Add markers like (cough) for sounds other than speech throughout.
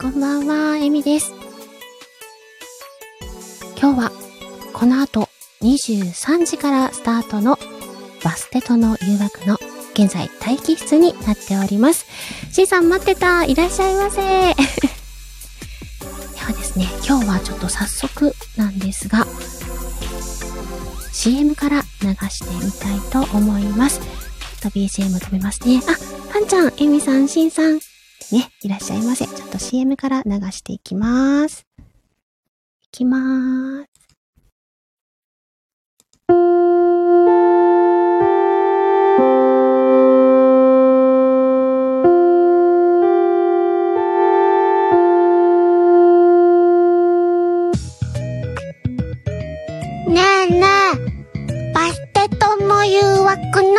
こんばんは、えみです。今日は、この後23時からスタートのバステとの誘惑の現在待機室になっております。C さん待ってたいらっしゃいませ (laughs) ではですね、今日はちょっと早速なんですが、CM から流してみたいと思います。ちょっと BGM 止めますね。あ、パンちゃん、エミさん、シンさん。ね、いらっしゃいませ。ちょっと CM から流していきます。いきまーす。ねえねえ、バステとの誘惑の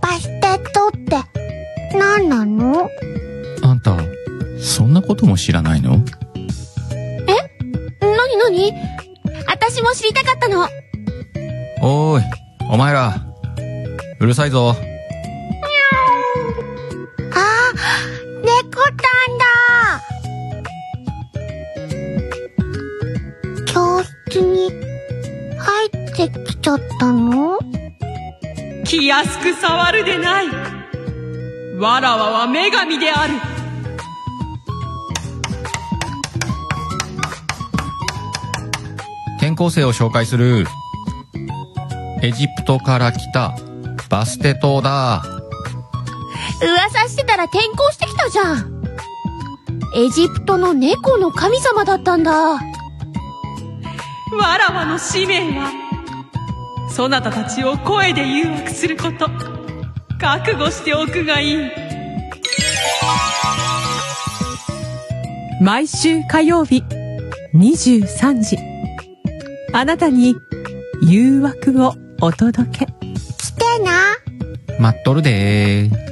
バステとって何なのあんた、そんなことも知らないのなになに私も知りたかったの。おーい、お前ら。うるさいぞ。あ、猫たんだ教室に入ってきちゃったの気安く触るでないわらわは女神である転校生を紹介する。エジプトから来た、バステ島だ。噂してたら転校してきたじゃん。エジプトの猫の神様だったんだ。わらわの使命はそなたたちを声で誘惑すること覚悟しておくがいい毎週火曜日23時あなたに誘惑をお届け来てな。待っとるでー。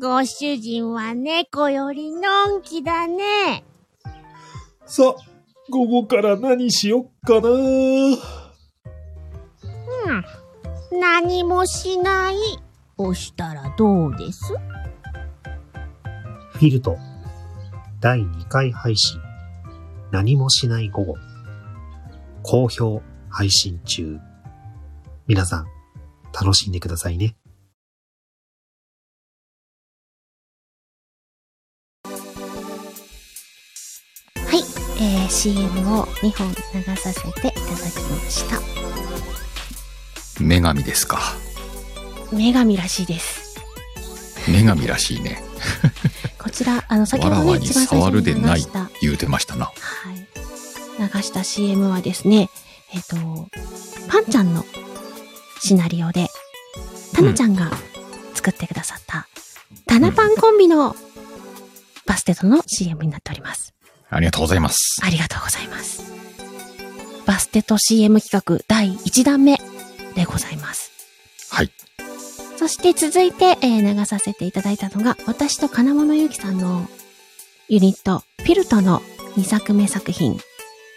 ご主人は猫よりのんきだね。さあ、午後から何しよっかな何もしない。押したらどうですフィルト第2回配信何もしない午後好評配信中皆さん楽しんでくださいねはい、えー、CM を2本流させていただきました。女神ですか。女神らしいです。女神らしいね。こちら、あの、先ほわらどわね、に一番最触初るにでな流いした、言うてましたな。はい。流した CM はですね、えっ、と、パンちゃんのシナリオで、タナちゃんが作ってくださった、タナパンコンビのバステとの CM になっております。ありがとうございます。ありがとうございます。バステと CM 企画第1弾目でございます。はい。そして続いて、えー流させていただいたのが、私と金物ゆきさんのユニット、フィルトの2作目作品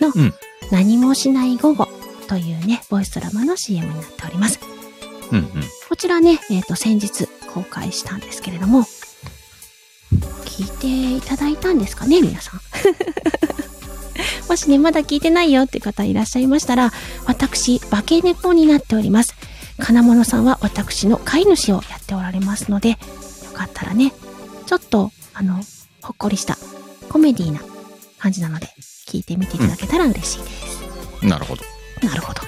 のうん何もしない午後というね、ボイスドラマの CM になっております。うんうん。こちらね、えっ、と、先日公開したんですけれども、聞いていただいたんですかね、皆さん。 (laughs) もしね、まだ聞いてないよって方いらっしゃいましたら、私、化け猫になっております。金物さんは私の飼い主をやっておられますので、よかったらね、ちょっと、あの、ほっこりしたコメディーな感じなので、聞いてみていただけたら嬉しいです。なるほど。なるほど。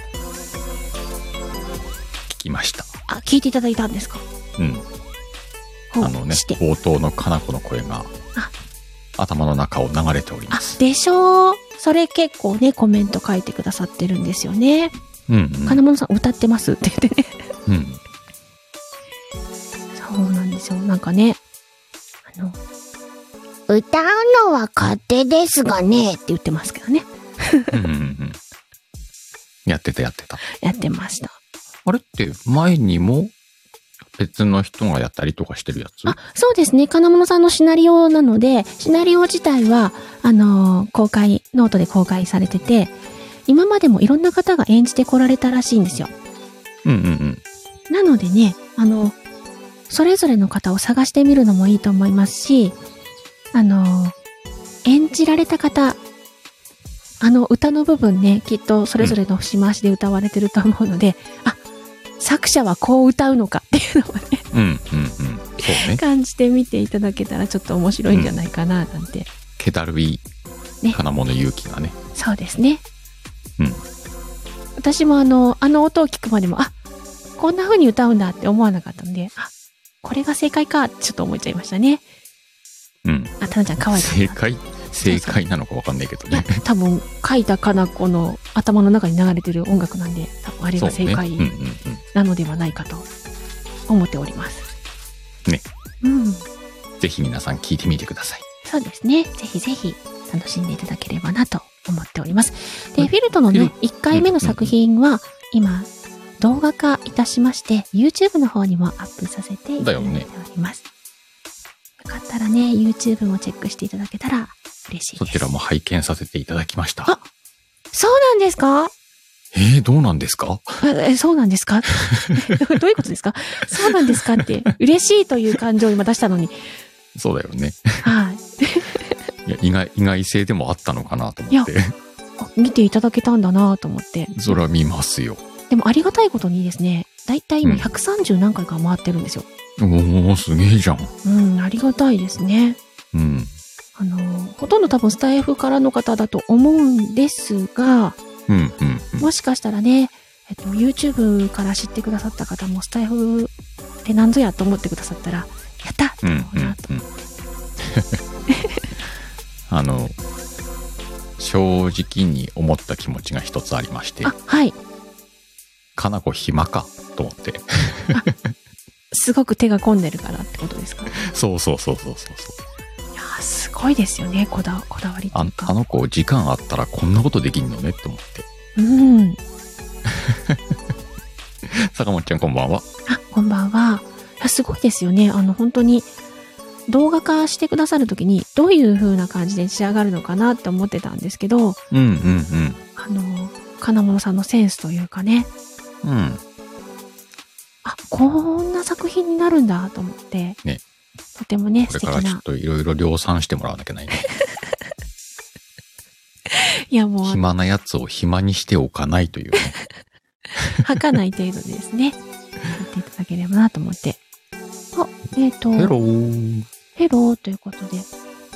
聞きました。あ、聞いていただいたんですかうん。ほうあのねして、。冒頭のかなこの声があ、頭の中を流れておりあま、す。でしょう。それ結構ね、コメント書いてくださってるんですよね。うん金物さん歌ってますって言ってね。うん。うん。そうなんですよ。なんかね、あの、っ歌うのは勝手ですがね。て言ってますけどね。うんうんうんやってたやってた。やってました。あれって前にも別の人がやったりとかしてるやつあ、そうですね。金物さんのシナリオなので、シナリオ自体は、あのー公開、ノートで公開されてて、今までもいろんな方が演じてこられたらしいんですよ。うんうんうん。なのでね、あの、それぞれの方を探してみるのもいいと思いますし、あの、演じられた方、あの歌の部分ね、きっとそれぞれの節回しで歌われてると思うので、あ、作者はこう歌うのかっていうのを (laughs) ね、うんうんうん。そうね。感じてみていただけたらちょっと面白いんじゃないかな、なんて。けだるいね金物勇気がね。そうですね。うん。私もあの、あの音を聞くまでも、あ、こんな風に歌うんだって思わなかったので、あ、これが正解か、ちょっと思っちゃいましたね。うん。あ、たなちゃん可愛い正解正解なのかわかんないけどいやね。、多分、書いたかな子の頭の中に流れてる音楽なんで、多分あれそがうね。正解うんうんうん。なのではないかと思っております。ね。うん。ぜひ皆さん聞いてみてください。そうですね。ぜひぜひ楽しんでいただければなと思っております。で、うんフィルトのフねィ、 1回目の作品は今動画化いたしまして、YouTube の方にもアップさせていただいております。よかったらね、YouTube もチェックしていただけたら嬉しいです。そちらも拝見させていただきましあた。そうなんですかえー、どうなんですかあえそうなんです (laughs) かどういうことですかそうなんですかって、嬉しいという感情を今出したのに。そうだよね。はい。いや意外、意外性でもあったのかなと思って。あ見ていただけたんだなと思って。 (laughs) それは見ますよ。でもありがたいことにですね、だいたい今うん130何回か回ってるんですよ。おー、すげえじゃん。うん、ありがたいですね。うん。あのー、ほとんど多分スタイフからの方だと思うんですが、うん、うん、うん。もしかしたらね、えっと、YouTube から知ってくださった方もスタイフって何ぞやと思ってくださったら、やったってうん、うん思うなと。、うん。あの、正直に思った気持ちが一つありましてあ、、はい。かなこ暇かと思って。すごく手が込んでるからってことですかそうそうそうそうそうそう。いやーすごいですよねこだこだわりとあいうあかの子、時間あったらこんなことできんのねって思って。うん坂本ちゃんこんばんは。あこんばんはいやすごいですよねあの本当に動画化してくださる時にどういう風な感じで仕上がるのかなって思ってたんですけどうんうんあの金物さんのセンスというかねうん。うん。あこんな作品になるんだと思って、ねとてもねこ素れ敵からちょなっといろいろ量産してもらわなきゃないね。いやもう (laughs) 暇なやつを暇にしておかないと (laughs) いうね。吐かない程度でですねやっていただければなと思ってあえっ、とヘロー。ヘローということで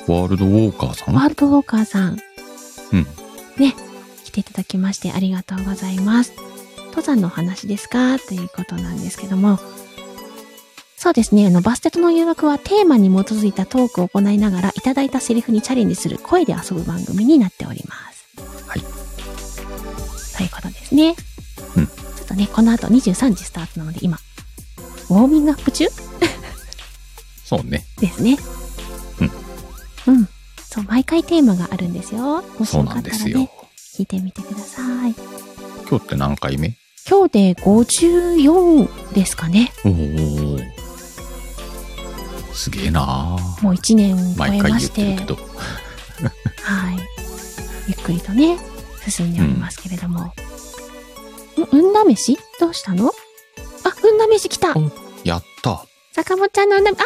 ワールドウォーカーさワーん。ルドウォーカーさん。うんね、来ていただきましてありがとうございます。登山のお話ですかということなんですけども。そうですね。あの、バステットの誘惑はテーマに基づいたトークを行いながらいただいたセリフにチャレンジする声で遊ぶ番組になっております。はいということですね。うんちょっとね、この後23時スタートなので今、ウォーミングアップ中そうね。ですね。うん。うん。そう、毎回テーマがあるんですよ。もしそうよかなんったでらすよね、。聞いてみてください。今日って何回目今日で54ですかね。おお。すげえなあもう1年超毎え回ま言っしててるけ、ど。はい。ゆっくりとね、進んでおりますけれども。うん、うんなしどうしたのあ、うんなし来たおやった。坂本ちゃんのうんなめ、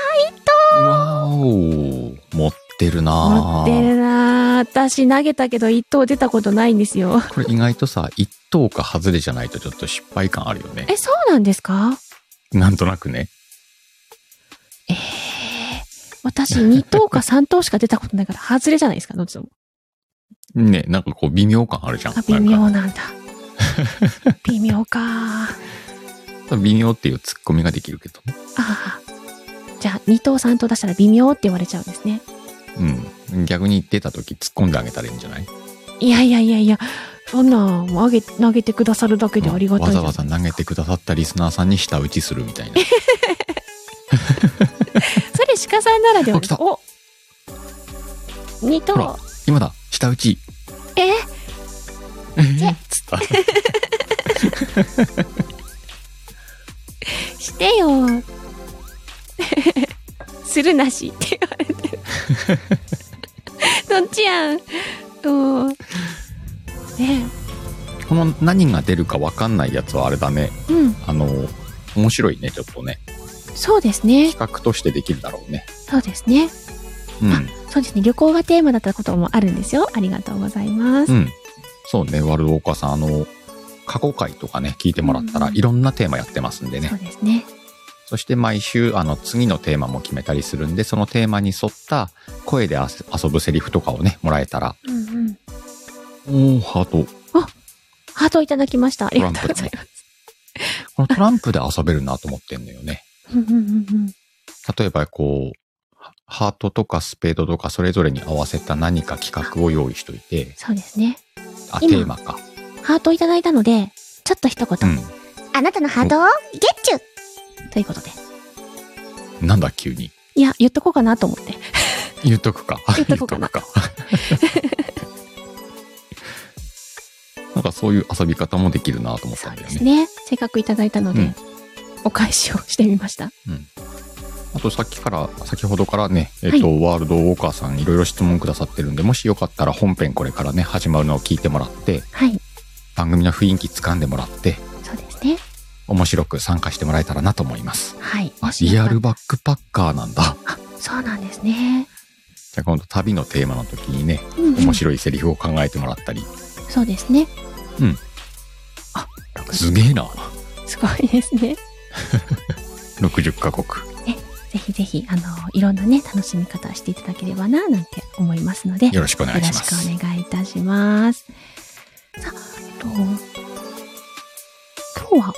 わーお。持ってるあな持あってるなー私投げたけど1等出たことないんですよ。これ意外とさ、一等か外れじゃないとちょっと失敗感あるよね。 (laughs) え、そうなんですかなんとなくね。ええ私、2等か3等しか出たことないから、外れじゃないですか、どっちも。ね、なんかこう微妙感あるじゃん。あ、微な (laughs) ん妙なんだ。微妙か。あか微妙っていうツッコミができるけどね。あ。 (laughs) じゃあ、2等3等出したら微妙って言われちゃうんですね。うん。逆に出た時突っ込んであげたらいいんじゃないいやいやいやいや、そんなんもうあげ、投げてくださるだけでありがたいわじざゃないわですかざ投げてくださったリスナーさんに舌打ちするみたいな。それ鹿さんならではですあ来たお2ほら等。今だ舌 (laughs) 打ちええー (laughs) つった。してよ。 (laughs) するなしって言われてるどっちやんうんねこの何が出るかわかんないやつはあれだね。えうんあの、面白いね、ちょっとね。そうですね企画としてできるだろうね。そうですねうそうですね旅行がテーマだったこともあるんですよありがとうございます、ん。うん。そうね、ワルドーカーさん、あの、過去回とかね、聞いてもらったらいろんなテーマやってますんでねそう。ですねそして毎週、あの、次のテーマも決めたりするんで、そのテーマに沿った声であせ遊ぶセリフとかをね、もらえたら。うんうんおおハート。ハートをいただきましたありがとうございますこのトランプで遊べるなと思ってんのよね。うんうんうんうん例えばこう、ハハートとかスペードとかそれぞれに合わせた何か企画を用意しといて、そうですねあ、テ今ーマか。ハートをいただいたのでちょっと一う言、ん。あなたのハートをゲッチュということでなんだ急に。いや言っとこうかなと思って言っとくか。言っとこうかな言っとくかなんかそういう遊び方もできるなと思っそたうんだでよすね。ねせっかくいただいたので、うんお返しをしてみましたあとさっきから、先ほどからね、えっ、と、ワールドウォーカーさんいろいろ質問くださってるんで、もしよかったら本編これからね、始まるのを聞いてもらって、はい番組の雰囲気掴んでもらって、そうですね面白く参加してもらえたらなと思います。はいあも、しリよアかルバックパッカーなんだ。そうなんですねじゃあ今度旅のテーマの時にね、うんうん面白いセリフを考えてもらったり、そうですねうんあ六すげえな、すごいですね60カ国。ぜひぜひあのいろんなね楽しみ方していただければななんて思いますのでよろしくお願いします。よろしくお願いいたします。さあ、えっと、今日は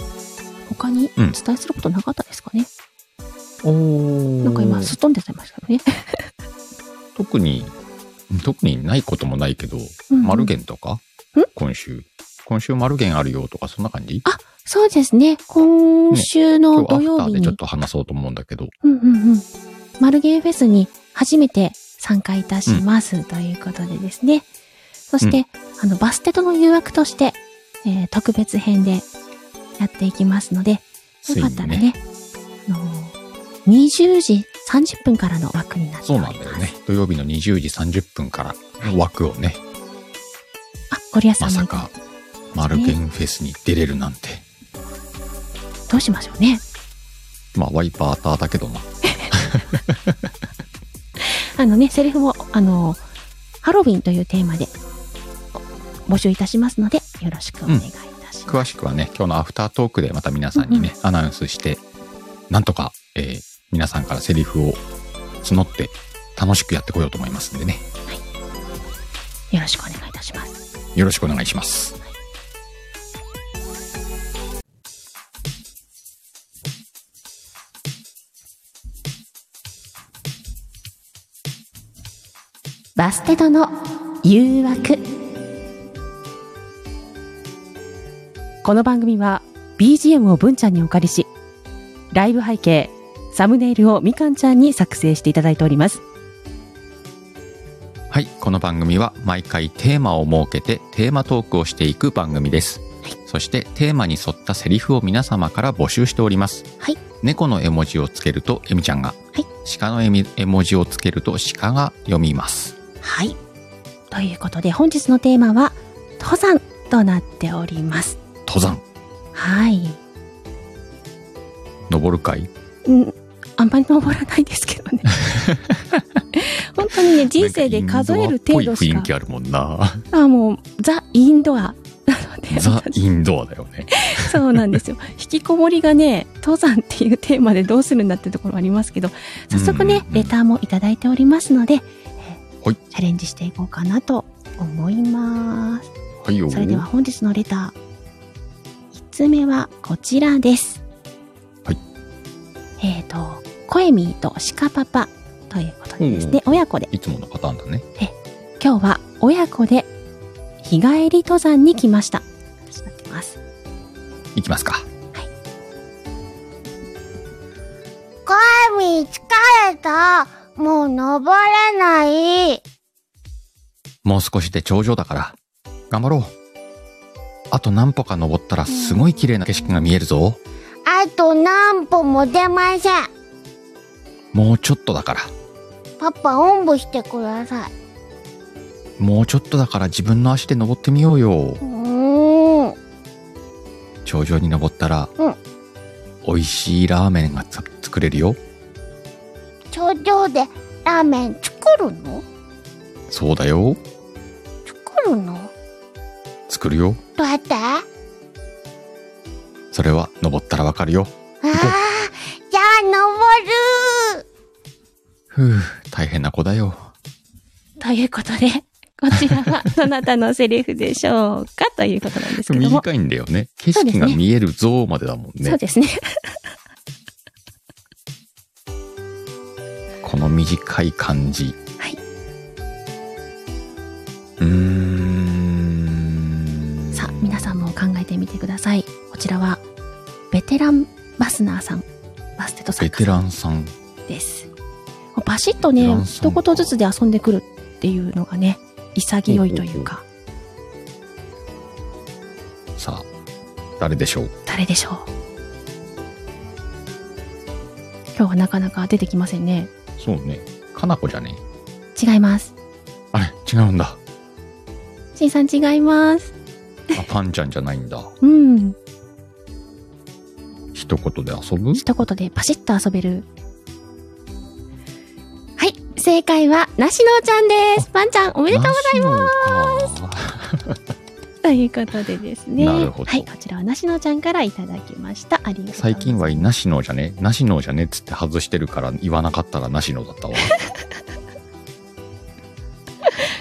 他におうん伝えすることなかったですかね。おなんか今、すっ飛んでさいましたよね。特に、特にないこともないけど、うんマルゲンとかん今週。今週マルゲンあるよとか、そんな感じそうですね。今週今の日土アフタ曜ー日でに、ちょっと話そうと思うんだけど、うんうんうん。マルゲンフェスに初めて参加いたします、ということでですね。そして、あの、バステとの誘惑として、えー特別編でやっていきますので、よついかったにらね。ね、あの20時30分からの枠になってそおうりまなす。んだよね。土曜日の20時30分からの枠をね、あ、ゴリアさまんもさか、マルゲンフェスに出れるなんて。どうしましょうね。まあ、ワイパーターだけどな。あのね、セリフも、あのハロウィンというテーマでお募集いたしますので、よろしくお願いいたします。詳しくはね今日のアフタートークでまた皆さんにね、アナウンスしてなんとか、えー皆さんからセリフを募って楽しくやってこようと思いますんでねよろしくお願いいたします。よろしくお願いしますバステドの誘惑この番組は BGM を文ちゃんにお借りし、ライブ背景、サムネイルをみかんちゃんに作成していただいております。はいこの番組は毎回テーマを設けてテーマトークをしていく番組です、そしてテーマに沿ったセリフを皆様から募集しております、はい猫の絵文字をつけるとエミちゃんが、はい鹿の絵み絵文字をつけると鹿が読みますはい。ということで、本日のテーマは、登山となっております。登山はい。登るかいうん、あんまり登らないですけど (laughs) ね。本当にね、人生で数える程度しなんかインドアっぽい雰か囲、気あるもんなあもう、ザ・インドアなので、ザ・インドアだよね。そうなん (laughs) ですよ。引きこもりがね、登山っていうテーマでどうするんだってところありますけど、早速うんねうんう、んレターもいただいておりますので、えーはいチャレンジしていこうかなと思います。はいよ。それでは本日のレター、5つ目はこちらです。はい。えっ、と、コエミーとシカパパということでですね、親子でいつものパターンだね。今日は親子で日帰り登山に来ました。私なってます。いきますか。コアミ疲れた。もう登れない。もう少しで頂上だから。頑張ろう。あと何歩か登ったらすごい綺麗な景色が見えるぞ。あと何歩も出ません。もうちょっとだから。パパ、おんぶしてください。もうちょっとだから自分の足で登ってみようよ。うーん。頂上に登ったら、うん美味しいラーメンがつ作れるよ。頂上でラーメン作るのそうだよ。作るの作るよ。どうやってあそれは登ったらわかるよ。あー、じゃあ登るふう、大変な子だよ。ということで、 (laughs) こちらはどなたのセリフでしょうかということなんですけども。 (laughs) 短いんだよね。景そうです色ねが見える像までだもんそうね。ですね。この短い感じ。はいうーん。さあ、皆さんも考えてみてください。こちらは、ベテランバスナーさん、バステトさんベテランさん。です。バシッとベテねラ、ンさ一んか言ずつで遊んでくるっていうのがね、潔いというか、さあ、誰でしょう誰でしょう。今日はなかなか出てきませんね。そうね。かなこじゃね違います。あれ、違うんだ。しんさん違います。あ、パンちゃんじゃないんだ。うん。一言で遊ぶ一言でパシッと遊べる。はい。正解は、なしのうちゃんです。パンちゃん、おめでとうございます。ということでですね。なるほどはい。こちらはなしのちゃんからいただきました。ありがとうござい最ます。近は、なしのじゃねなしのじゃねっつって外してるから言わなかったらなしのだ (laughs) ったわ。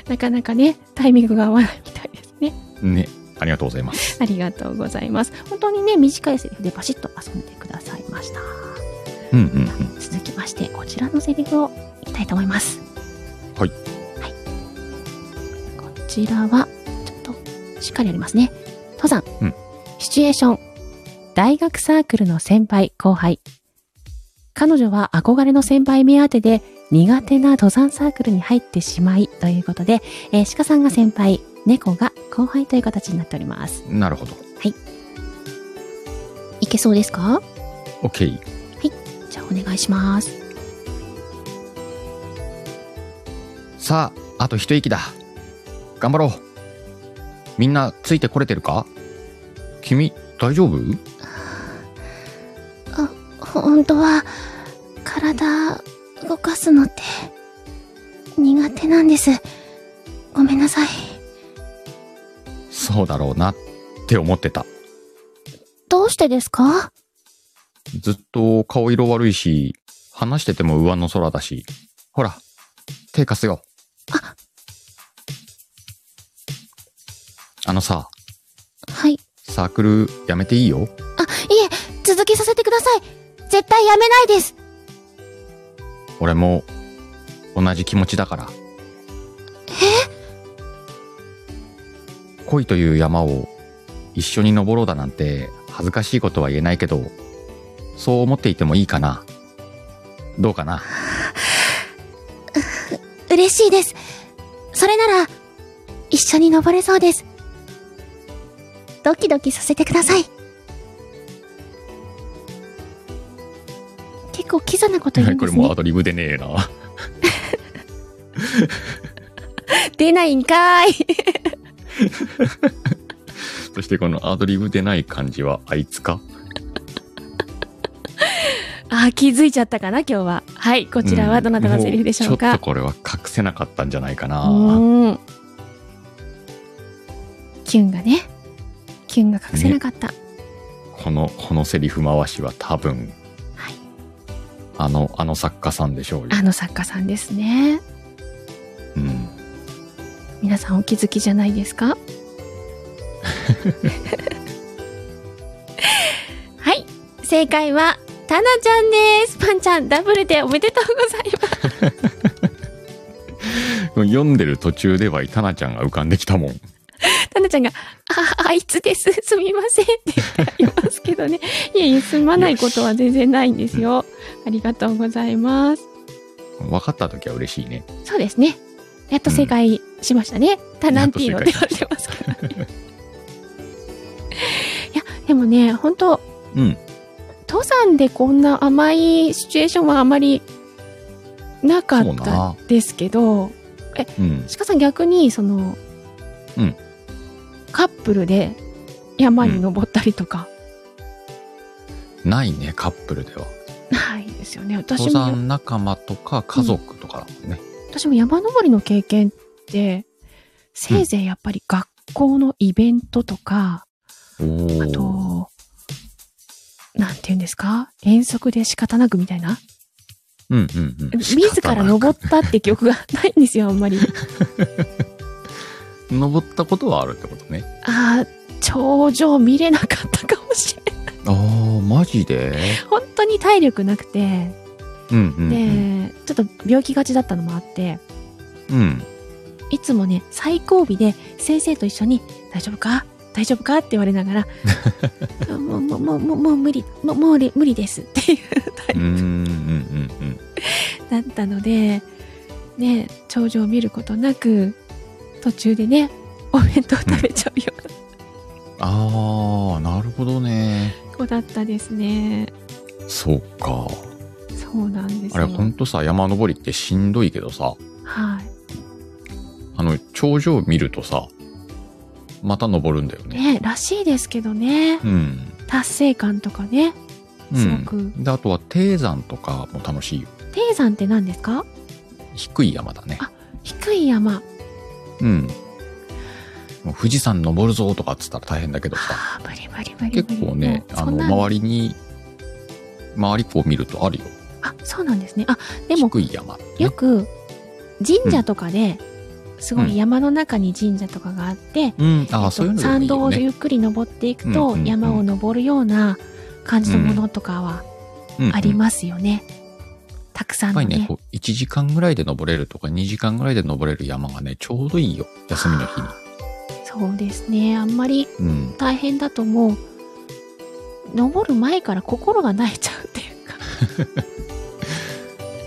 なかなかね、タイミングが合わないみたいですね。ね。ありがとうございます。ありがとうございます。本当にね、短いセリフでパシッと遊んでくださいました。うんうんうん。続きまして、こちらのセリフをいきたいと思います。はい。はい。こちらは、ちょっと、しっかりありますね。登山。うんシチュエーション。大学サークルの先輩後輩彼女は憧れの先輩目当てで苦手な登山サークルに入ってしまいということで、えー鹿さんが先輩猫が後輩という形になっておりますなるほど。いけそうですか OK。じゃあ、お願いします。さあ、あと一息だ。頑張ろう。みんなついてこれてるか君、大丈夫本当は、体、動かすのって、苦手なんです。ごめんなさい。そうだろうなって思ってた。どうしてですかずっと顔色悪いし、話してても上の空だし。ほら、手貸すよ。ああのさ、はい。いサークルやめていいよ。え、続けさせてください。絶対やめないです。俺も、同じ気持ちだから。え恋という山を一緒に登ろうだなんて恥ずかしいことは言えないけど、そう思っていてもいいかな。どうかな嬉しいです。それなら、一緒に登れそうです。ドキドキさせてください。結構キザなこと言うんですね。アドリブでねえな。出ないんかーい。 (laughs) そしてこのアドリブでない感じはあいつか (laughs) あー、気づいちゃったかな、今日は。はい。こちらはどなたのセリフでしょうもかちょっと。これは隠せなかったんじゃないかうな。ーん。キュンがね。キュンが隠せなかった。この、このセリフ回しは多分、はい。あの、あの作家さんでしょうよ。あの作家さんですね。うん。皆さんお気づきじゃないですかはい。正解は、タナちゃんです。パンちゃん、ダブルでおめでとうございます。読んでる途中では、タナちゃんが浮かんできたもん。タナちゃんが、あ、あいつです。 (laughs) すみません。って言ってありますけどね。いえいえ、すまないことは全然ないんですよ。ありがとうございます。分かった時は嬉しいね。そうですね。やっと正解しましたね。タナンティーノって言われてます (laughs) けど、ね。いや、でもね、本当うん。登山でこんな甘いシチュエーションはあまりなかっそうたなですけどうん。鹿さん逆にその、うんカップルで山に登ったりとか、ないね、カップルでは。ないですよね私登も山仲間とか家族とかだもんね。私も山登りの経験ってせいぜいやっぱり学校のイベントとか、あおお。となんて言うんですか遠足で仕方なくみたいなうんうんうん。自ら登ったって記憶がないんですよあんまり登ったことはあるってことね。ああ頂上見れなかったかもしれないああ、マジで本当に体力なくてうんうん、うん。でちょっと病気がちだったのもあってうん。いつもね最後尾で先生と一緒に「大丈夫か大丈夫か?」って言われなが (laughs) ら「もうもうもうもうもう無理もうもう無理無理です」っていううんうんうんうん。だったのでね頂上を見ることなく途中でねお弁当食べちゃうようなああ、なるほどね。子だったですね。そうか。そうなんですあれ、ほんとさ、山登りってしんどいけどさ、はい。あの、頂上見るとさ、また登るんだよね。ねらしいですけどね。うん。達成感とかね。うすごん。く。で、あとは、低山とかも楽しいよ。低山って何ですか低い山だね。低い山。うん。もう富士山登るぞとかっつったら大変だけどさ、ああ、無理無理無理無理。結構ね、もうあそんの、な周りに、周りこう見るとあるよ。あ、そうなんですね。あ、でも、低い山ってね、よく、神社とかで、すごい山の中に神社とかがあって、うん、えっああ、とそういうのでもい山い道よをね。ゆっくり登っていくと、うんうんうん山を登るような感じのものとかはうんうんありますよね。たくさやんっぱのりね、ね。こう、1時間ぐらいで登れるとか、2時間ぐらいで登れる山がね、ちょうどいいよ。休みの日に。そうですね。あんまりうん。大変だともう登る前から心が泣いちゃうっていうか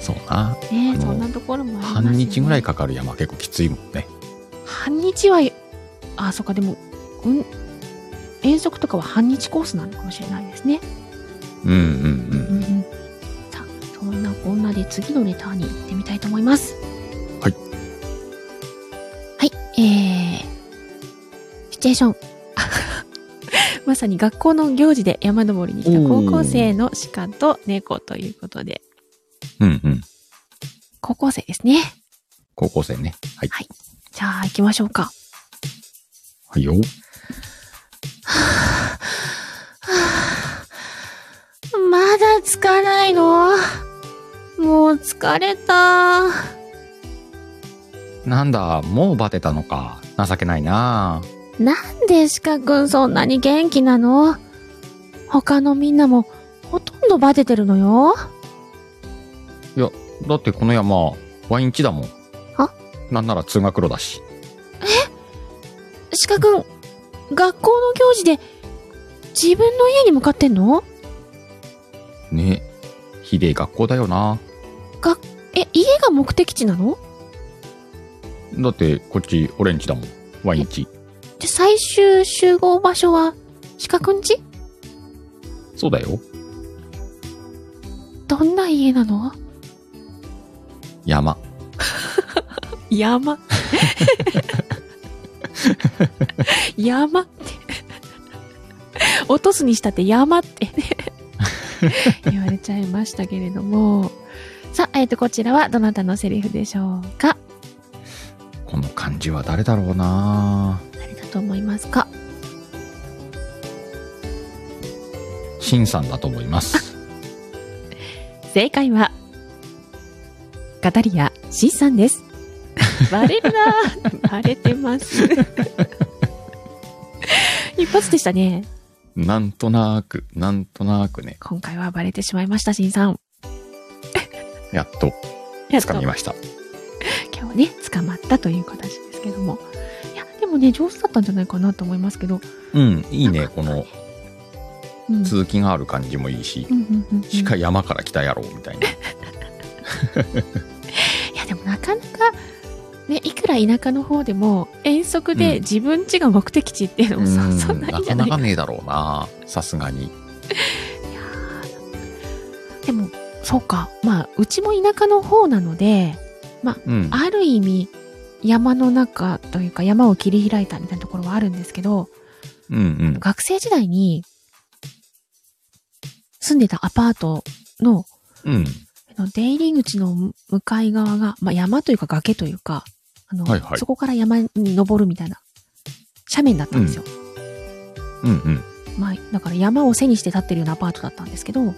そうな。ねあのそんなところもありますよね半日ぐらいかかる山結構きついもんね。半日はあそっかでもうん遠足とかは半日コースなのかもしれないですねうんうんうんさあそんなこんなで次のレターに行ってみたいと思いますはいはいえー、シチュエーション (laughs) まさに学校の行事で山登りに来た高校生の鹿と猫ということでうんうん。うんうん。高校生ですね。高校生ね。はい。はいじゃあ行きましょうか。はいよ。まだつかないのもう疲れた。なんだ、もうバテたのか。情けないな。なんで鹿くんそんなに元気なの他のみんなもほとんどバテてるのよ。だってこの山、ワイン地だもん。あなんなら通学路だし。鹿くん、学校の行事で自分の家に向かってんのね。ひでえ学校だよな。え、家が目的地なのだって、こっちオレンジだもん。ワイン地。で、最終集合場所は鹿くん家そうだよ。どんな家なの山。山。山って。落とすにしたって山ってね。言われちゃいましたけれども。さあ、えっ、と、こちらはどなたのセリフでしょうかこの感じは誰だろうな。誰だと思いますかシンさんだと思います。正解は、カタリア C さんです。バレるなバレてます。一発でしたね。 (laughs) なんとなーく、なんとなーくね、今回はバレてしまいました、しんさん。やっとやっと掴みました。今日ね、捕まったという形ですけども。いや、でもね、上手だったんじゃないかなと思いますけど。うん、いいね、このうん。続きがある感じもいいしう、んうんうんうんしか山から来たやろ、(laughs) みたいな。いや、でもなかなか、ね、いくら田舎の方でも、遠足で自分家が目的地っていうのも、そうんそんないなんじゃなかないかかな。ねえだろうな、さすがに。でも、そうか。まあ、うちも田舎の方なので、うん。ある意味、山の中というか山を切り開いたみたいなところはあるんですけど、うんうん。学生時代に住んでたアパートのうん。あの出入り口の向かい側が、まあ、山というか崖というか、あのはいはいそこから山に登るみたいな斜面だったんですよ。うんうん。まあ、だから山を背にして立ってるようなアパートだったんですけど、うん。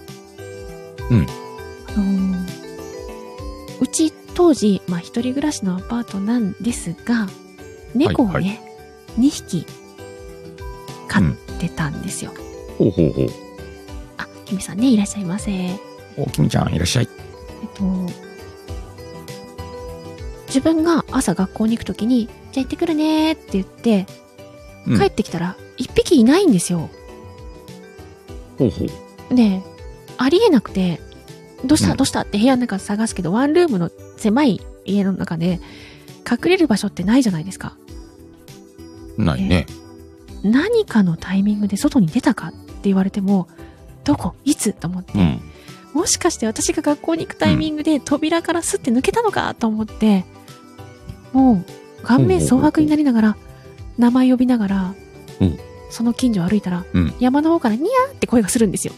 あのーうち当時、まあ一人暮らしのアパートなんですが、猫をね、はいは2匹飼ってたんですよ。ほうほうほう。あ、キミさんね、いらっしゃいませ。えっお、きみちゃん、いらっしゃい。と、自分が朝学校に行くときに、じゃあ行ってくるねーって言って、うん帰ってきたら1匹いないんですよ。ほうほう。でありえなくてどうしたうんどうしたって部屋の中探すけど、ワンルームの狭い家の中で隠れる場所ってないじゃないですかないね。何かのタイミングで外に出たかって言われてもどこいつと思って、うん。もしかして私が学校に行くタイミングで扉からスッて抜けたのかと思って、もう顔面蒼白になりながら名前呼びながら、うんその近所を歩いたら、うん山の方からニャーって声がするんですよ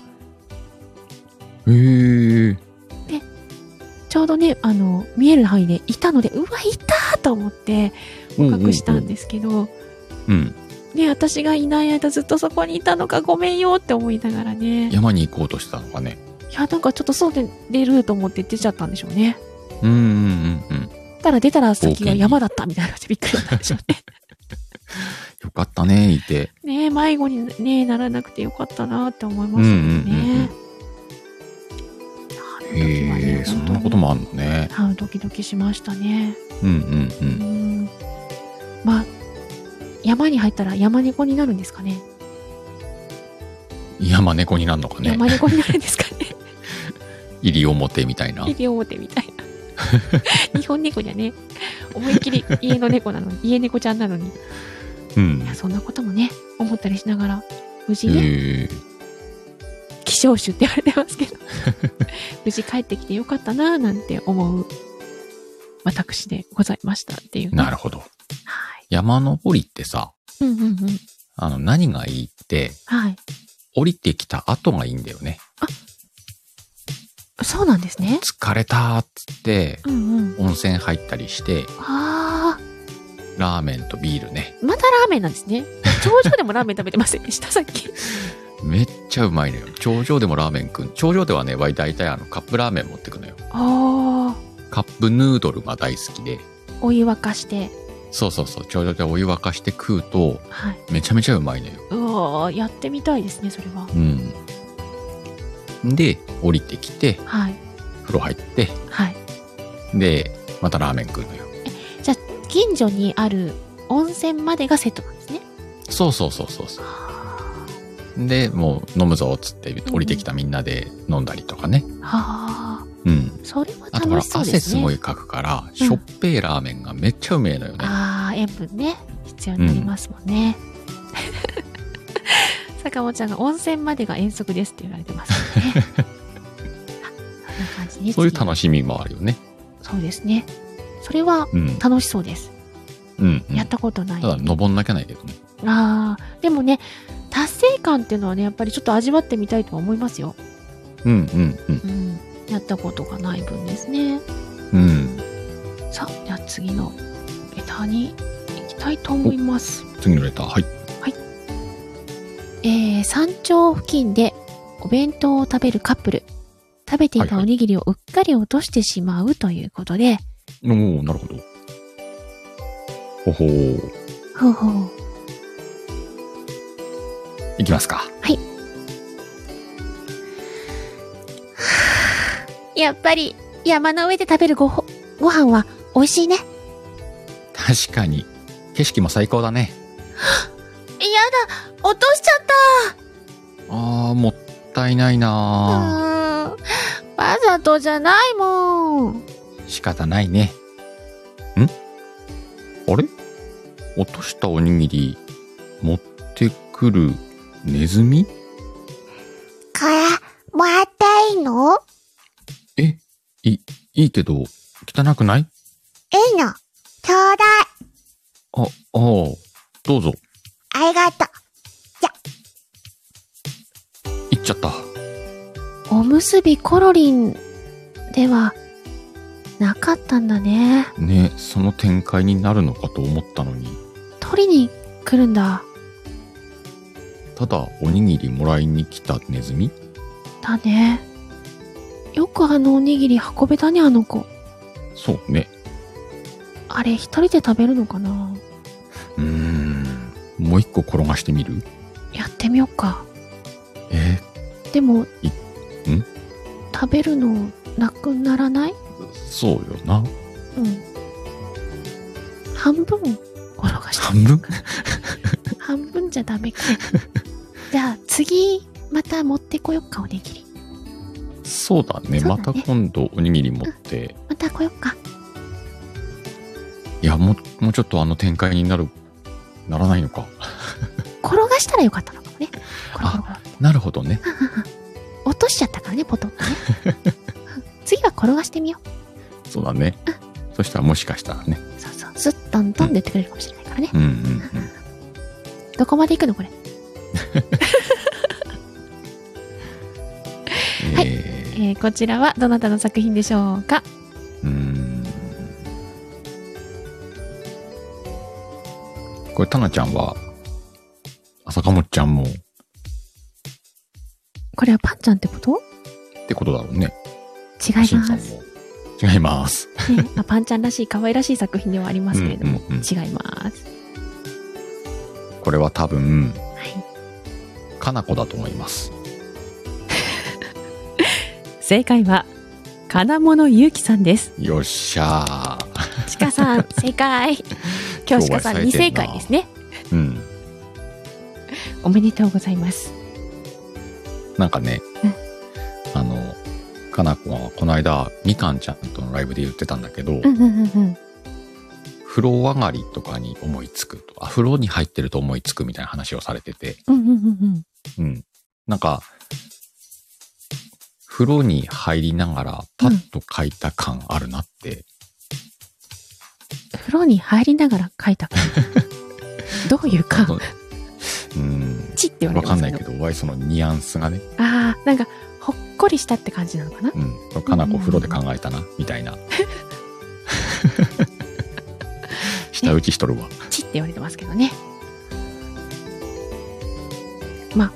へえ。ちょうどね、あの、見える範囲でいたので、うわ、いたーと思って捕獲したんですけど、うん。ね、私がいない間ずっとそこにいたのかごめんよって思いながらね。いや、山に行こうとしたのかね。なんかちょっとそうで出ると思って出ちゃったんでしょうね。うんうんうんうん。ただ出たら先冒険がに山だったみたいな感じでびっくりしたんでしょうね。よかったね、いて。ね迷子に、ね、ならなくてよかったなって思いますよね。あの時はへねえ、そんなこと。もあるのね。本当にはいドキドキしましたね。うんうんう。うんんまあ、山に入ったら山猫になるんですかね。山猫になるのかね。山猫になるんですかね。入り表みたいな。 (laughs) 西表みたいな。日本猫じゃね、思いっきり家の猫なのに、家猫ちゃんなのに。いうん。や、そんなこともね、思ったりしながら、無事ね、へえ。希少種って言われてますけ (laughs) ど、無事帰ってきてよかったなぁなんて思う、私でございましたっていうね、なるほど。はい。山登りってさ、うんうんうん。あの、何がいいって、はい。降りてきた後がいいんだよね。そうなんですね。疲れたーっつって、うんうん。温泉入ったりして、ああ、ラーメンとビールね。またラーメンなんですね。頂上でもラーメン食べてませんでした、さっき。めっちゃうまいのよ。頂上でもラーメンくん。頂上ではね、わい大体あの、カップラーメン持ってくのよ。 (laughs) あカップヌードルが大好きで。ーお湯沸かして、そうそうそう。頂上でお湯沸かして食うと、はい。めちゃめちゃうまいのよ。うわーやってみたいですね、それは。うん。で、降りてきて、はい。風呂入って、はい。で、またラーメン食うのよ。近所にある温泉までがセットなんですね。そうそうそうそうそう。で、もう飲むぞっつって降りてきたみんなで飲んだりとかね。はあ。うん。それはあと楽ほら、しそうで汗すすね。ごいかくから、しょっぺいラーメンがめっちゃうめえのよね。ああ、塩分ね、必要になりますもんね。坂本ちゃんが温泉までが遠足ですって言われてますよ (laughs) ね。あそんな感じね。そういう次楽しみもあるよね。そうですね。それはうん。楽しそうです。うん、うん。やったことない。ただ、登んなきゃないけどね。ああ、でもね、達成感っていうのはね、やっぱりちょっと味わってみたいとは思いますよ。うんうんうん。うん。やったことがない分ですね。うん。さあ、じゃあ次のレターに行きたいと思います。次のレター、はい。えー山頂付近でお弁当を食べるカップル。食べていはいたはいおにぎりをうっかり落としてしまうということで、おー、なるほど。ほほー。ほうほう。いきますか。やっぱり、山の上で食べるごほ、ご飯は美味しいね。確かに。景色も最高だね。やだ落としちゃっあー、もったいないたなうーん。わざとじゃないもん。ー仕方ないね。んあれ落としたおにぎり、持ってくるネズミこれ、もらっていいのいいけど、汚くないいいの。ちょうあ、あだい。あ、どうぞ。ありがとう。行っちゃった。おむすびコロリンではなかったんだね。ねその展開になるのかと思ったのに。取りに来るんだ。ただ、おにぎりもらいに来たネズミだね。よくあのおにぎり運べたね、あの子。そうね。あれ、一人で食べるのかなうーん。もう一個転がしてみるやってみよっか。えでも、いん食べるのなくならないーそうよな。うん。半分 (laughs) 転がして半分半分じゃダメか。 (laughs) じゃあ次、また持ってこよっか、おにぎり。そうだね。そうだねまた今度おにぎり持って。また来よっか。いや、もう、もうちょっとあの展開になる、ならないのか。転がしたらよかったのかもね。コロコロコロなるほどね。落としちゃったからね、ポトッとね。うん次は転がしてみよう。そうだね。そしたらもしかしたらね。そうそう。スッとンとンで言ってくれるかもしれないからね。うんうんうん。どこまで行くのこれ。はいえーえーこちらはどなたの作品でしょうかうーんこれ、タナちゃんは、朝かもっちゃんも、っこれはパンちゃんってことてことだろうね。違いまシンさんす。も。違います。ねあパンちゃんらしい可愛らしい作品ではありますけれども、うんうんうん違います。これは多分、はいかなこだと思います。正解は、金物ゆうきさんです。よっしゃー。鹿さん、正解。今日鹿さん2正解ですね。うん。おめでとうございます。なんかね、あの、かなこはこの間、みかんちゃんとのライブで言ってたんだけど、うんうんうんうん。風呂上がりとかに思いつくと、あ、風呂に入ってると思いつくみたいな話をされてて、うんうんうんうん。なんか、風呂に入りながらパッと書いた感あるなって、風呂に入りながら書いた。どういうか、 (laughs) うん。チって言われわてかますんなけいどけ。ど、わいそのニュアンスがね、ああ、なんか、ほっこりしたって感じなのかなうん。かなこ風呂で考えたな、みたい (laughs) な。下打ちしとるわ。チって言われてますけどね。まあ、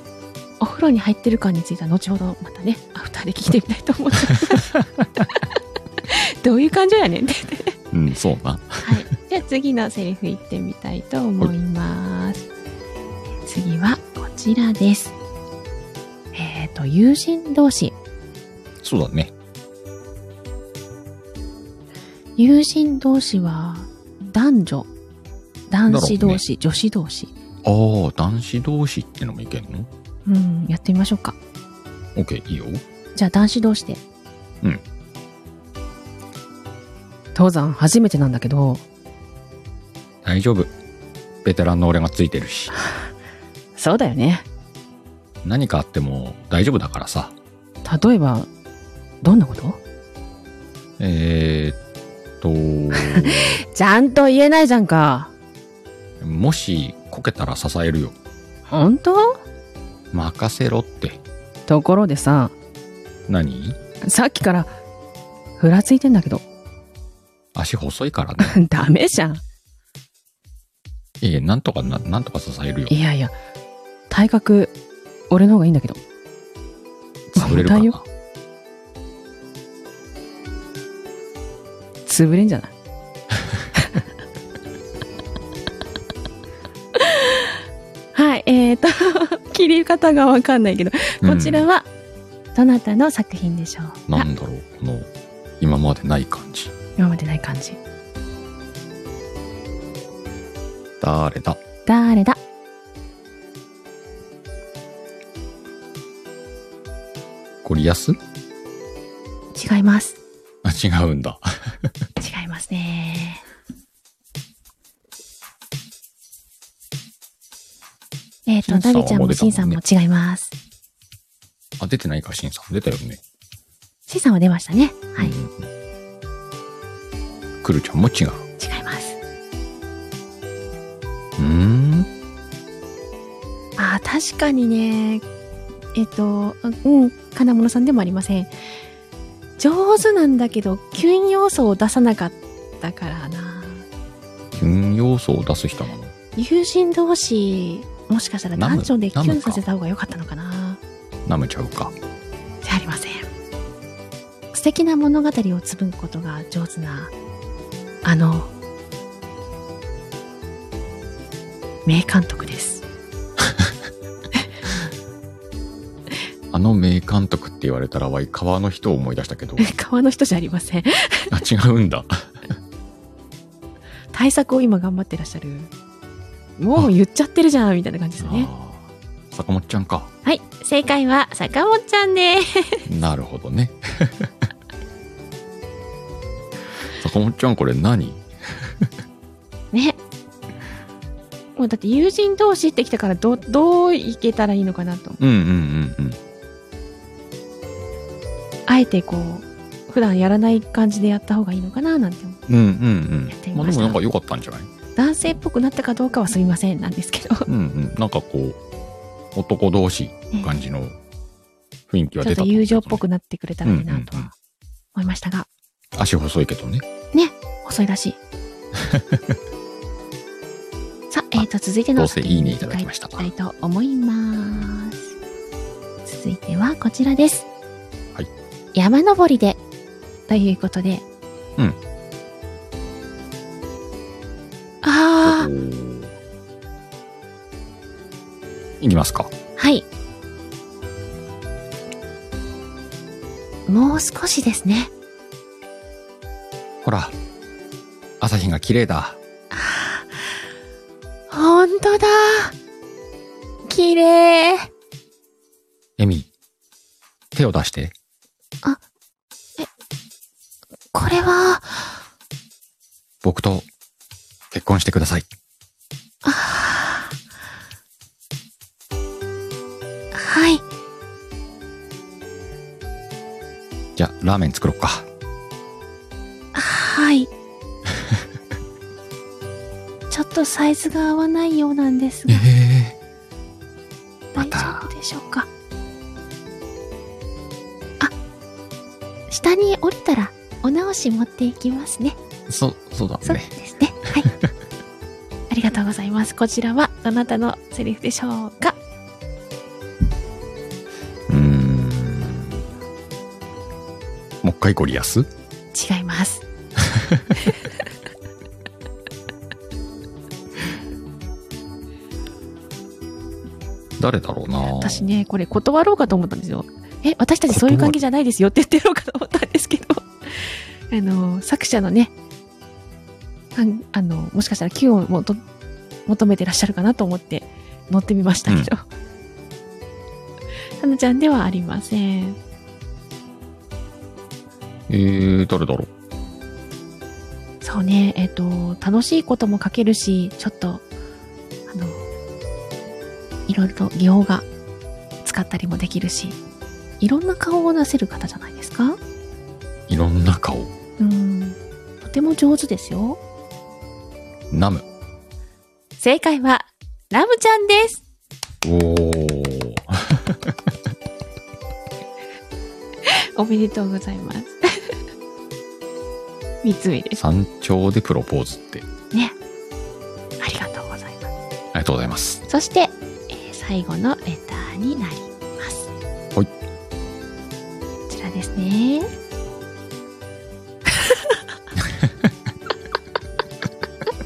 お風呂に入ってる感については後ほどまたね、アフターで聞いてみたいと思います。どういう感情やねんって。うん、そうな。はい。じゃあ次のセリフ言ってみたいと思います。次はこちらです。えっ、と、友人同士。そうだね。友人同士は男女、男子同士、女子同士。ああ、男子同士ってのもいけんのうん、やってみましょうか。 ?OK、いいよ。じゃあ男子同士で。うん。登山初めてなんだけど、大丈夫。ベテランの俺がついてる (laughs) し、そうだよね。何かあっても大丈夫だからさ。例えば、どんなことえ (laughs) ーっちゃんと言えないじゃんか。と、もしこけたら支えるよ。本当任せろって。ところでさ、何さっきから、ふらついてんだけど、足細いからね。 (laughs) ダメじゃん。ええ、なんとかな、なんとか支えるよ。いやいや、体格、俺の方がいいんだけど。潰れるから重なた。潰れんじゃないはい、えーと、 (laughs) 切り方がわかんないけど、こちらは、は、どなたの作品でしょうなかんだろう、この、今までない感じ。今までない感じ。誰だ誰だゴリアス違います。あ、違うんだ。違いますね。えっ、と、シンさダんはリちゃんもシンさんも出違います。あ、出てないか、シンさん。出たよね。シンさんは出ましたね。はい。うんくるちゃんも違う。違います。うーん。ああ、確かにね、えっと、うん、金物さんでもありません。上手なんだけど、キュン要素を出さなかったからな。キュン要素を出す人なの。友人同士、もしかしたらナムダンジョンでキナムュかンさせた方が良かったのかな。なめちゃうか。じゃありません。素敵な物語をつぶむことが上手な、あの、名監督です。あの名監督って言われたらわい川の人を思い出した (laughs) けど (laughs) 川の人じゃありません。あ違うんだ対策を今頑張ってらっしゃる。もう言っちゃってるじゃんみたいな感じですね。あー坂本ちゃんかはい、正解は坂本ちゃんです。なるほ (laughs) どね坂本ちゃんこれ何ね。もうだって友人同士ってきたからど、どういけたらいいのかなと。うんうんうんうんあえてこう、普段やらない感じでやった方がいいのかななんて思ううんやってうんみまうんまあでしたもなんか良かったんじゃない男性っぽくなったかどうかはすみませんなんですけど。うんうんなんかこう男同士感じの雰囲気はちょ出ったと思うけどね友情っぽくなってくれたらいいなとうんうんうんは思いましたが、足細いけどね遅いら (laughs) しい。さあ、えー、と、続いてのどうせいいねいただきましたお便りに行きたいと思います。続いてはこちらです。はい山登りで、ということで。うんあおーいきますかあ、はい。もう少しですね。ほら朝日が綺麗だほんとだ。綺麗。エミ手を出してこれは、僕と結婚してください。はい。じゃあ、ラーメン作ろっか。はい。 (laughs) ちょっとサイズが合わないようなんですが、えま大た丈夫でしょうか。あ、下に降りたらお直し持っていきますね。そ、そうだそうでね。すね。はい。ありがとうございます。こちらはどなたのセリフでしょうかうーん。もう一回ゴリアス違います。誰だろうな私ね、これ断ろうかと思ったんですよ。え、私たちそういう関係じゃないですよって言ってやろうかと思ったんですけど、 (laughs) あの、作者のね、かんあの、もしかしたら Q をもと求めてらっしゃるかなと思って乗ってみましたけど、 (laughs) かなちゃんではありません。えー、誰だろそうね、えっ、と、楽しいことも書けるし、ちょっと、あの、いろいろと技法が使ったりもできるし、いろんな顔を出せる方じゃないですかういろんな顔。うん、とても上手ですよ。ナム。正解は、ラムちゃんです。おー。おめでとうございます。 (laughs) 三つ目です。山頂でプロポーズって。ありがとうございます。ありがとうございます。そして、えー最後のレターになります。はこいちらですね。 (laughs)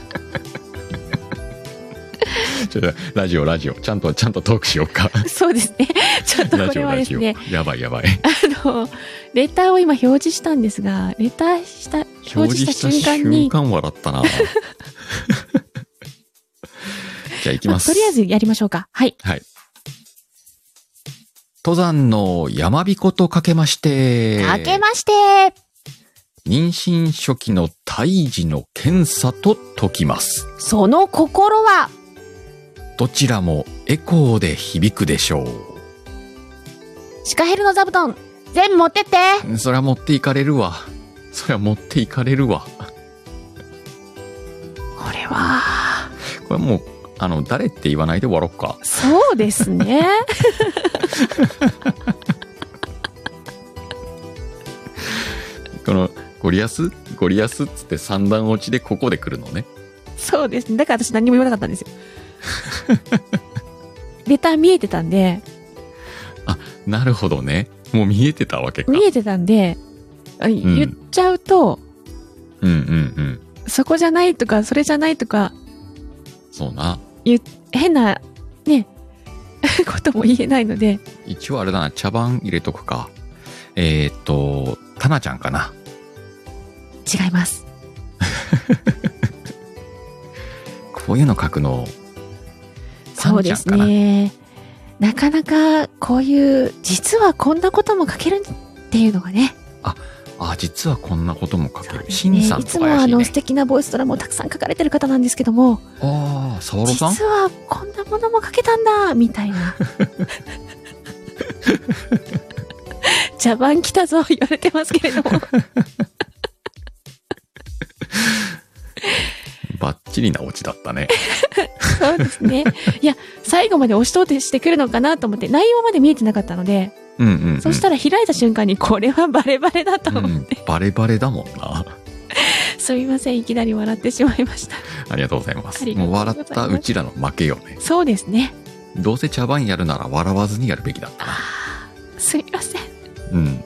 ちょっと、ラジオ、ラジオ。ちゃんと、ちゃんとトークしよう (laughs) か。そうです (laughs) ね。ちょっとラこジれオ、はラでジすオ。ね、やばい、やばい。あの、レターを今表示したんですが、レターした、 (laughs) 表示した瞬間に表示した瞬間笑っ (laughs) たなじゃあ行きます。まあとりあえずやりましょうか。はい。登山の山彦とかけまして、明けまして妊娠初期の胎児の検査と解きます。その心はどちらもエコーで響くでしょシカヘルの座布団全部持ってってう。そりゃ持っていかれるわ。そりゃ持っていかれるわ。れは。これもう、あの、誰って言わないで終わろっか。そうですね。この、ゴリアスゴリアスっつって三段落ちでここで来るのね。そうですね。だから私何も言わなかったんですよ。 (laughs) レター見えてたんで、なるほどね。もう見えてたわけか。見えてたんで、あん言っちゃうと、うんうんうん。そこじゃないとか、それじゃないとか、そうな。変な、ね、 (laughs) ことも言えないので、一応あれだな、茶番入れとくか。えー、っと、タナちゃんかな。違います。こういうの書くの、タそうンちでゃんすかな。ね。なかなか、こういう、実はこんなことも書けるっていうのがね、あ、実はこんなことも書ける。シねンいさんつともかあ怪しいのね素。敵なボイスドラマをたくさん書かれてる方なんですけども、ああ、サワロさん実はこんなものも書けたんだみたい (laughs) な茶番来たぞ言われてますけれどもバッチリなオチだっ (laughs) たね。そうですねいや最後まで押し通ってしてくるのかなと思って内容まで見えてなかったので、うんうん、うん。そしたら開いた瞬間にこれはバレバレだとう思っんて、、バレバレだもんな。すみませんいきなり笑ってしまいましたありがとうございます。ありがともううございま笑すったうちらの負けよね。そうですねどうせ茶番やるなら笑わずにやるべきだったな。すみませんうん。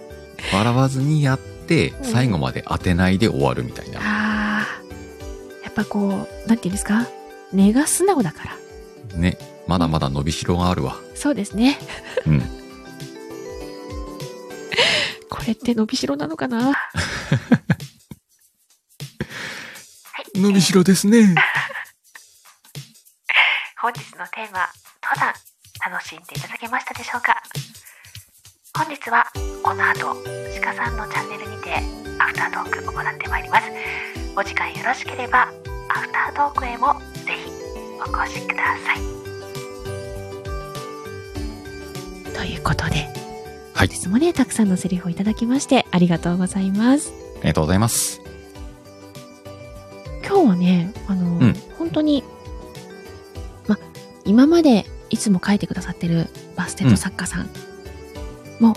笑わずにやって、最後まで当てないで終わるみたいな。あーやっぱこうなんて言うんですか根が素直だからね。まだまだ伸びしろがあるわ。そうですねうん。これって伸びしろなのかな伸びしろですね。本日のテーマ登山楽しんでいただけましたでしょうか本日はこの後鹿さんのチャンネルにてアフタートークを行ってまいりますお時間よろしければアフタートークへもぜひお越しくださいということで、はい本日もね、たくさんのセリフをいただきまして、ありがとうございます。ありがとうございます。今日はね、あの、ん本当に、ま、今までいつも書いてくださってるバステット作家さんも、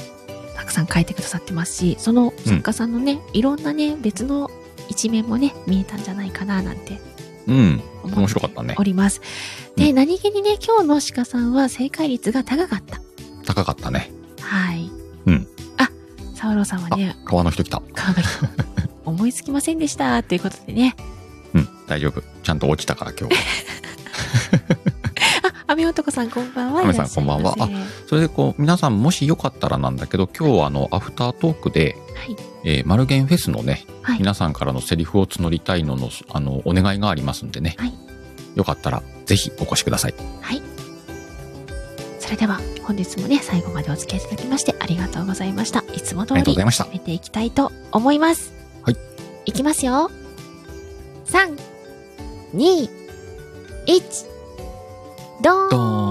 たくさん書いてくださってますし、その作家さんのね、いろんなね、別の一面もね、見えたんじゃないかな、なんてうん。思面白かったねお。ります。で、うん何気にね、今日の鹿さんは正解率が高かった。高かったね。はい。うん。あ、サワローさんはあね、、川の人来た。川辺さん思いつきませんでしたっていうことでね。うん。大丈夫。ちゃんと落ちたから今日。あ、雨男さんこんばんは。雨さいらんっしゃいませこんばんそれでこう、皆さんもしよかったらなんだけど、今日はあの、アフタートークで、はいえーマルゲンフェスのね、はい皆さんからのセリフを募りたいのの、あの、お願いがありますんでね。はいよかったら、ぜひお越しください。それでは、本日もね、最後までお付き合いいただきましてありがとうございました。いつもあ通りりがとうござい締ました。めていきたいと思います。はい。いきますよ。 3、2、1、どーんドーン哦